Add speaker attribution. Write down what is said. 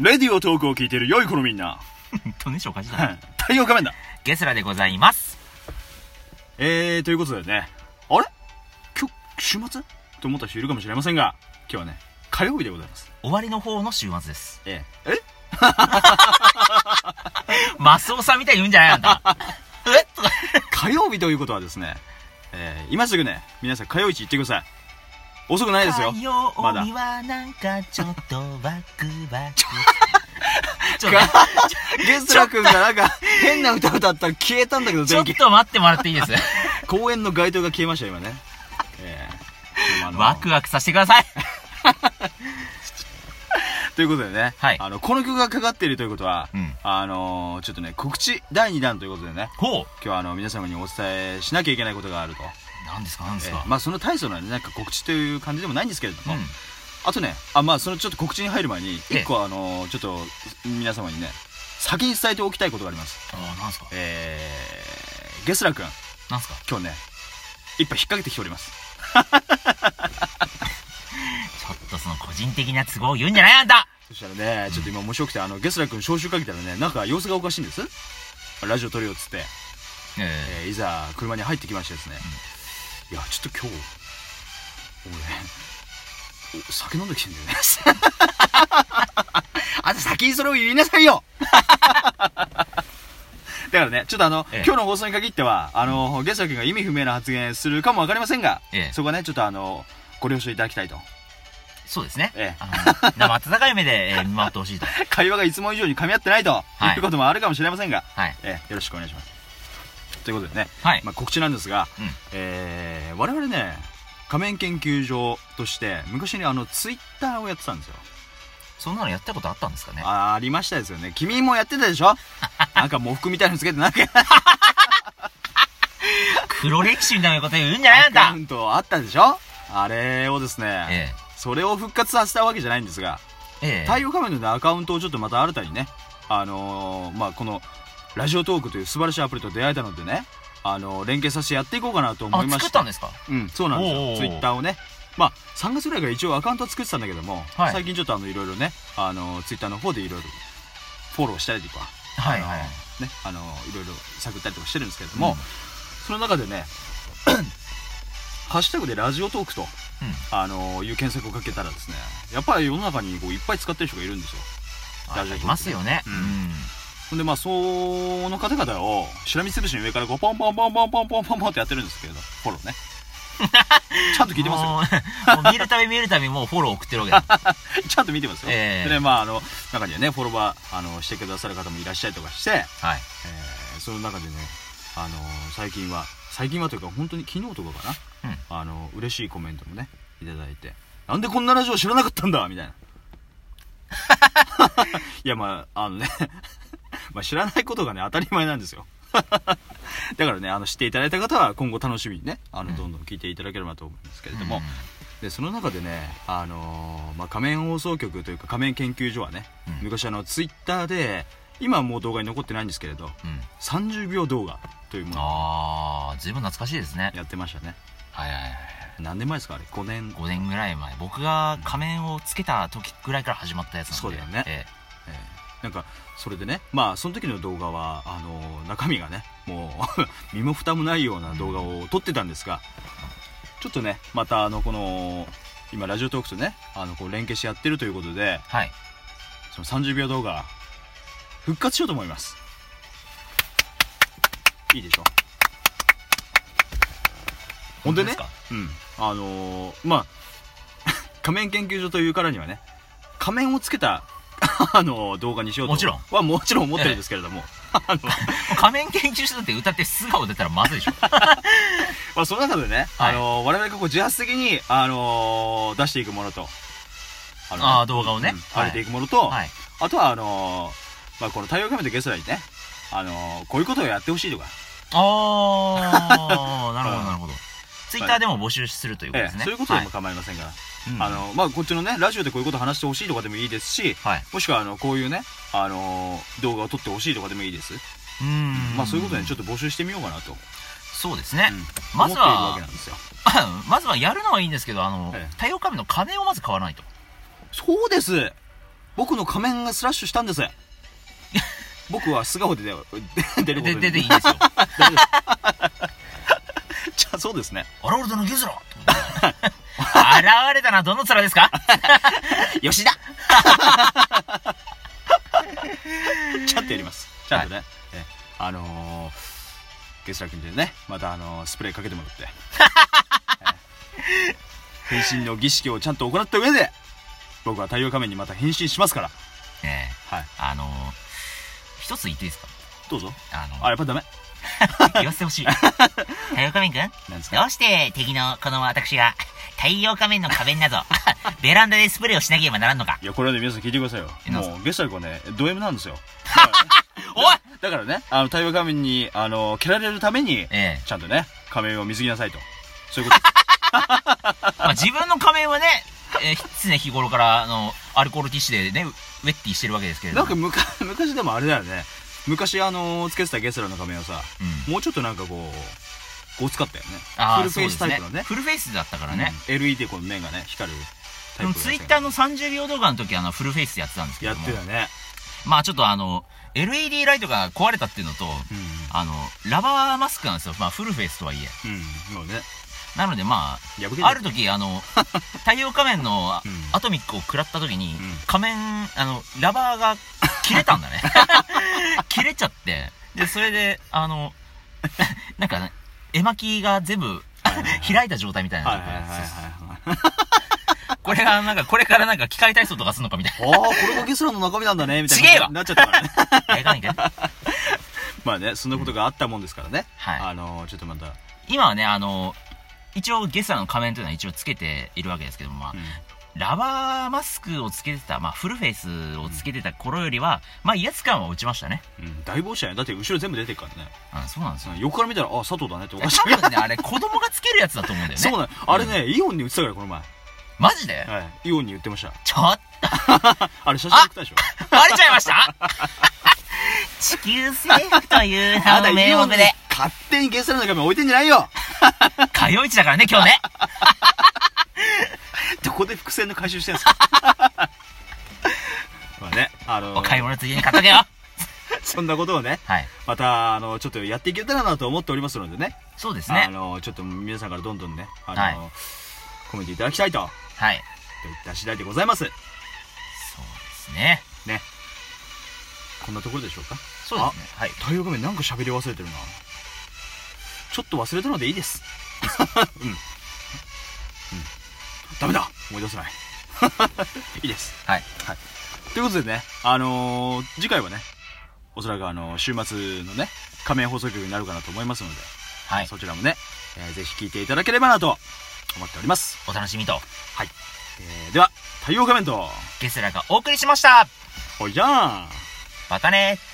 Speaker 1: レディオトークを聞いている良い子のみんな。
Speaker 2: とね、紹介した
Speaker 1: は
Speaker 2: ない
Speaker 1: い。太陽仮面だ。
Speaker 2: ゲスラでございます。
Speaker 1: えー、ということでね、あれ今日、週末と思った人いるかもしれませんが、今日はね、火曜日でございます。
Speaker 2: 終わりの方の週末です。
Speaker 1: ええ。え
Speaker 2: マスオさんみたいに言うんじゃ ないあんだ。えとか。
Speaker 1: 火曜日ということはですね、えー、今すぐね、皆さん火曜市行ってください。遅くないですよ。
Speaker 2: 火曜
Speaker 1: まだ
Speaker 2: 日はなんかちょっとワクワク。ちょっとね
Speaker 1: かゲスラ君がなん か変な歌歌ったら消えたんだけど
Speaker 2: ちょ
Speaker 1: 電
Speaker 2: っ
Speaker 1: 気
Speaker 2: と待ってもらっていいです。
Speaker 1: 公園の街灯が消えました今ねえ えでもあの
Speaker 2: ワクワクさせてください。
Speaker 1: ということでね、
Speaker 2: はい
Speaker 1: あのこの曲がかかっているということは、
Speaker 2: うん
Speaker 1: あのーちょっとね告知第2弾ということでね
Speaker 2: ほう。
Speaker 1: 今日はあの皆様にお伝えしなきゃいけないことがあると、
Speaker 2: なんですか、なんです
Speaker 1: え
Speaker 2: か
Speaker 1: え。まあその大層な,、ね、なんか告知という感じでもないんですけれど
Speaker 2: う
Speaker 1: も、
Speaker 2: ん。
Speaker 1: あとねあまあそのちょっと告知に入る前に
Speaker 2: ええ
Speaker 1: 一個あのーちょっと皆様にね先に伝えておきたいことがあります
Speaker 2: ああ、なんですか。
Speaker 1: えー、ゲスラ君
Speaker 2: なんですか。
Speaker 1: 今日ね一杯引っ掛けてきております
Speaker 2: ちょっとその個人的な都合を言うんじゃないあんた。
Speaker 1: そしたらねちょっと今面白くてあのゲスラ君招集かけたらねなんか様子がおかしいんですラジオ撮るよっつって、
Speaker 2: え
Speaker 1: えーいざ車に入ってきましてですね、いやちょっと今日俺お酒飲んできてんだよね あんた先にそれを言いなさいよ だからねちょっとあの、
Speaker 2: ええ
Speaker 1: 今日の放送に限ってはあの、ゲスラ君が意味不明な発言するかもわかりませんが、
Speaker 2: ええ
Speaker 1: そこはねちょっとあのご了承いただきたいと
Speaker 2: そうですね。
Speaker 1: ええ
Speaker 2: あの生温かい目で、えー見守ってほしい と。
Speaker 1: 会話がいつも以上に噛み合ってないと、
Speaker 2: はい
Speaker 1: い、うこともあるかもしれませんが、
Speaker 2: はい。
Speaker 1: えーよろしくお願いします。ということでね、
Speaker 2: はい。
Speaker 1: まあ、告知なんですが、
Speaker 2: うん
Speaker 1: えー我々ね、仮面研究所として、昔にあの、ツイッターをやってたんですよ。
Speaker 2: そんなのやったことあったんですかね。
Speaker 1: あーありましたですよね。君もやってたでし ょなんか喪服みたいなのつけて、なんか
Speaker 2: 黒歴史みたいなこと言うんじゃないあ
Speaker 1: ア
Speaker 2: ん
Speaker 1: カウ
Speaker 2: た。
Speaker 1: ントあったでしょあれをですね、
Speaker 2: え
Speaker 1: それを復活させたわけじゃないんですが、
Speaker 2: え。ええ。
Speaker 1: 太陽仮面のアカウントをちょっとまた新たにね、あのーまあ、この、ラジオトークという素晴らしいアプリと出会えたのでね、あのー連携させてやっていこうかなと思
Speaker 2: あ
Speaker 1: い、ま
Speaker 2: 作っ
Speaker 1: したて
Speaker 2: ん。ですか
Speaker 1: うん、そうなんです
Speaker 2: おうおうお
Speaker 1: よ。
Speaker 2: う
Speaker 1: ツイッターをね。まあ、3月ぐらいから一応アカウントは作ってたんだけども、
Speaker 2: はい
Speaker 1: 最近ちょっとあの、いろいろね、あの、ツイッターの方でいろいろフォローしたりとか、
Speaker 2: はいはい。
Speaker 1: あのね、あの、いろいろ探ったりとかしてるんですけれど
Speaker 2: う
Speaker 1: も
Speaker 2: ん、
Speaker 1: その中でね、 ハッシュタグでラジオトークと、
Speaker 2: うん。
Speaker 1: あの、いう検索をかけたらですね、やっぱり世の中にこういっぱい使ってる人がいるんですよ。
Speaker 2: あ
Speaker 1: 大丈夫
Speaker 2: りますよね。
Speaker 1: う
Speaker 2: うんん。
Speaker 1: ほんでまあその方々をしらみつぶしに上からこうポンポンポンポンポンポンポンポンってやってるんですけれどフォロー ねちゃんと聞いてますよ
Speaker 2: よ。もう見 るたび見るたびもうフォロー送ってるわけ だ。
Speaker 1: ちゃんと見てますよ。
Speaker 2: ええ
Speaker 1: でね、まあ、あの、中にはね、フォロワー、あの、してくださる方もいらっしゃりとかして、え
Speaker 2: はい。
Speaker 1: ーその中でね、あの、最近は、最近はというか、本当に昨日とかかな、
Speaker 2: うん
Speaker 1: あの、嬉しいコメントもね、いただいて、なんでこんなラジオ知らなかったんだみ たいな。いや、まあ、あのね、 まあ、知らないことがね、当たり前なんですよ。 だからね、あの、知っていただいた方は、今後楽しみにね、あの、どんどん聞いていただければと思うんですけれども、
Speaker 2: うん
Speaker 1: でその中でね、あのーまあ、仮面放送局というか仮面研究所はね、
Speaker 2: うん
Speaker 1: 昔あのツイッターで今はもう動画に残ってないんですけれど
Speaker 2: うん。
Speaker 1: 30秒動画というものを
Speaker 2: ああ、ずいぶん懐かしいですね。
Speaker 1: やってましたね
Speaker 2: はいはいはい。
Speaker 1: 何年前ですかあれ5年、
Speaker 2: 5年ぐらい前。僕が仮面をつけた時ぐらいから始まったやつなんで。
Speaker 1: そうだよね
Speaker 2: え
Speaker 1: えーなんかそれでねまあその時の動画はあのー中身がねもう 身も蓋もないような動画を撮ってたんですがちょっとねまたあのこの今ラジオトークとねあのこう連携してやってるということで
Speaker 2: え。はい。
Speaker 1: その30秒動画復活しようと思いますいいでしょほんでね
Speaker 2: 本当
Speaker 1: う
Speaker 2: す
Speaker 1: んあのーまあ 仮面研究所というからにはね仮面をつけた あのー動画にしようと
Speaker 2: もちろん
Speaker 1: はもちろん思ってるんですけれども、あの
Speaker 2: か仮面研究所だって歌って素顔出たらまず いでしょ。
Speaker 1: まあその中でね、
Speaker 2: はい
Speaker 1: あのー我々がこう自発的に、あのー出していくものとあ
Speaker 2: ああ、動画をね
Speaker 1: うん。
Speaker 2: は
Speaker 1: 上げてい
Speaker 2: い。
Speaker 1: くものと、
Speaker 2: はい。
Speaker 1: あとはあのーまあこの太陽仮面とゲストラにねあのーこういうことをやってほしいとか
Speaker 2: ああ、なるほ
Speaker 1: う
Speaker 2: ど
Speaker 1: ん
Speaker 2: なるほど。ツイッターでも募集するということですね。
Speaker 1: そういうことで
Speaker 2: はい
Speaker 1: も構いませんから、
Speaker 2: うん
Speaker 1: あのまあ、こっちのねラジオでこういうこと話してほしいとかでもいいですし
Speaker 2: はい。
Speaker 1: もしくはあのこういうね、あのー動画を撮ってほしいとかでもいいです、
Speaker 2: うん
Speaker 1: まあ、そういうことで、ね、ちょっと
Speaker 2: っ
Speaker 1: 募集してみようかなと、
Speaker 2: と。そうですね。
Speaker 1: うん
Speaker 2: まずは
Speaker 1: 思っているわけなんですよ
Speaker 2: まずはやるのはいいんですけど、あの
Speaker 1: ええ、
Speaker 2: 太陽仮面の金をまず買わないと。
Speaker 1: そうです僕の仮面がスラッシュした んです僕は素顔で、ね、出ること
Speaker 2: で
Speaker 1: に
Speaker 2: 出ていいんですよ
Speaker 1: じゃあそうですね
Speaker 2: あら俺のゲズラ現れたのはどの面ですか
Speaker 1: 吉田ちゃんとやりますちゃんとね、えあのー、ゲスラ君でねまた、あのースプレーかけてもら ってえ変身の儀式をちゃんと行った上で僕は太陽仮面にまた変身しますから
Speaker 2: ね
Speaker 1: はい
Speaker 2: えあのー、一つ言っていいですか
Speaker 1: どうぞ
Speaker 2: あの
Speaker 1: あやっぱダメ
Speaker 2: 言わせてほしい太陽仮面くん
Speaker 1: なんです
Speaker 2: ど
Speaker 1: か
Speaker 2: うして敵のこの私が太陽仮面の仮面などベランダでスプレーをしなければならんのか
Speaker 1: いやこれはね皆さん聞いてくださいよ
Speaker 2: えなんす
Speaker 1: もうゲスラ君はねド M なんですよ
Speaker 2: おい
Speaker 1: だからねあの太陽仮面にあの蹴られるために
Speaker 2: ええ
Speaker 1: ちゃんとね仮面を水着なさいとそういうこと
Speaker 2: まあ、自分の仮面はね、えー、常日頃からあのアルコールティッシュでねウウェッティしてるわけですけれど
Speaker 1: なん
Speaker 2: も
Speaker 1: かむ か昔でもあれだよね昔あのーつけてたゲスラの仮面をさ
Speaker 2: うん
Speaker 1: もうちょっとなんかこうごつかったよね
Speaker 2: あー
Speaker 1: フルフェイス
Speaker 2: そう
Speaker 1: タ
Speaker 2: で
Speaker 1: イプ
Speaker 2: す
Speaker 1: のね
Speaker 2: フルフェイスだったからね、
Speaker 1: うん LED この面がね光るタ
Speaker 2: で
Speaker 1: イ
Speaker 2: も
Speaker 1: プだった
Speaker 2: ツ
Speaker 1: け
Speaker 2: イ
Speaker 1: ど
Speaker 2: ッターの30秒動画の時あのフルフェイスやってたんですけ
Speaker 1: や
Speaker 2: ど
Speaker 1: っ
Speaker 2: も
Speaker 1: てたね
Speaker 2: まあちょっとあの LED ライトが壊れたっていうのと
Speaker 1: う
Speaker 2: あのラバーマスクなんですよまあフルフェイスとはいえ
Speaker 1: んうんもうね
Speaker 2: なのでまあ
Speaker 1: 破けて
Speaker 2: ある時 あの太陽仮面の
Speaker 1: うん
Speaker 2: アトミックを食らった時に、
Speaker 1: ん
Speaker 2: 仮面あのラバーが切れた んだね切れちゃってでそれであの なんか、ね、絵巻きが全部 開いた状態みたい
Speaker 1: はい
Speaker 2: な
Speaker 1: はいはいはいはい
Speaker 2: これがなんかこれからなんか機械体操とかするのかみたい
Speaker 1: ああーこれがゲスラの中身なんだねみたいな
Speaker 2: ちげえわ
Speaker 1: なっちゃったからね
Speaker 2: なやらなきゃ
Speaker 1: まあねそんなことがあったもんですからね
Speaker 2: はい
Speaker 1: あのーちょっとまた
Speaker 2: 今はねあの一応ゲスラの仮面というのは一応つけているわけですけども、まあ
Speaker 1: うん
Speaker 2: ラバーマスクをつけてた、まあ、フルフェイスをつけてた頃よりは、まあ威圧感は落ちましたね、
Speaker 1: うん大帽子やねだって後ろ全部出てるからね
Speaker 2: うん、そうなんですよ
Speaker 1: うん横から見たらあ佐藤だねっておかしい
Speaker 2: 多分ね、あれ、子供がつけるやつだと思うんだ よね。
Speaker 1: そうなのあれねイオンに売ってたからこの前
Speaker 2: マジで
Speaker 1: はい、イオンに言ってました。
Speaker 2: ちょっ
Speaker 1: あれ写真送ったでしょ。
Speaker 2: と、バレちゃいました地球征服という名の名目で、
Speaker 1: 勝手にゲストの中身置いてんじゃない よ。
Speaker 2: 通い市だからね、今日ね。
Speaker 1: どこで伏線の回収してんすか。 まあね、あの
Speaker 2: お買い物ついでに買っとけよ。
Speaker 1: そんなことをね、
Speaker 2: はい。
Speaker 1: またあのちょっとやっていけたらなと思っておりますのでね。
Speaker 2: そうです
Speaker 1: あ
Speaker 2: ね。
Speaker 1: のちょっと皆さんからどんどんね、あの、
Speaker 2: はい
Speaker 1: コメントいただきたいと
Speaker 2: はい。
Speaker 1: いった次第でございます。
Speaker 2: そうですね。
Speaker 1: ね。こんなところでしょうか。
Speaker 2: そうですね。はい。
Speaker 1: 太陽画面なんか喋り忘れてるな。ちょっと忘れたのでいい です。うん。うん。ダメだ思い出せない。 いいです。
Speaker 2: はい。
Speaker 1: はい。ということでね、あのー次回はね、おそらくあのー週末のね、仮面放送局になるかなと思いますので、
Speaker 2: はい。
Speaker 1: そちらもね、えーぜひ聞いていただければなと思っております。
Speaker 2: お楽しみと、
Speaker 1: えーでは、太陽画面と、
Speaker 2: ゲスラがお送りしました。
Speaker 1: おいじゃーん
Speaker 2: またねー。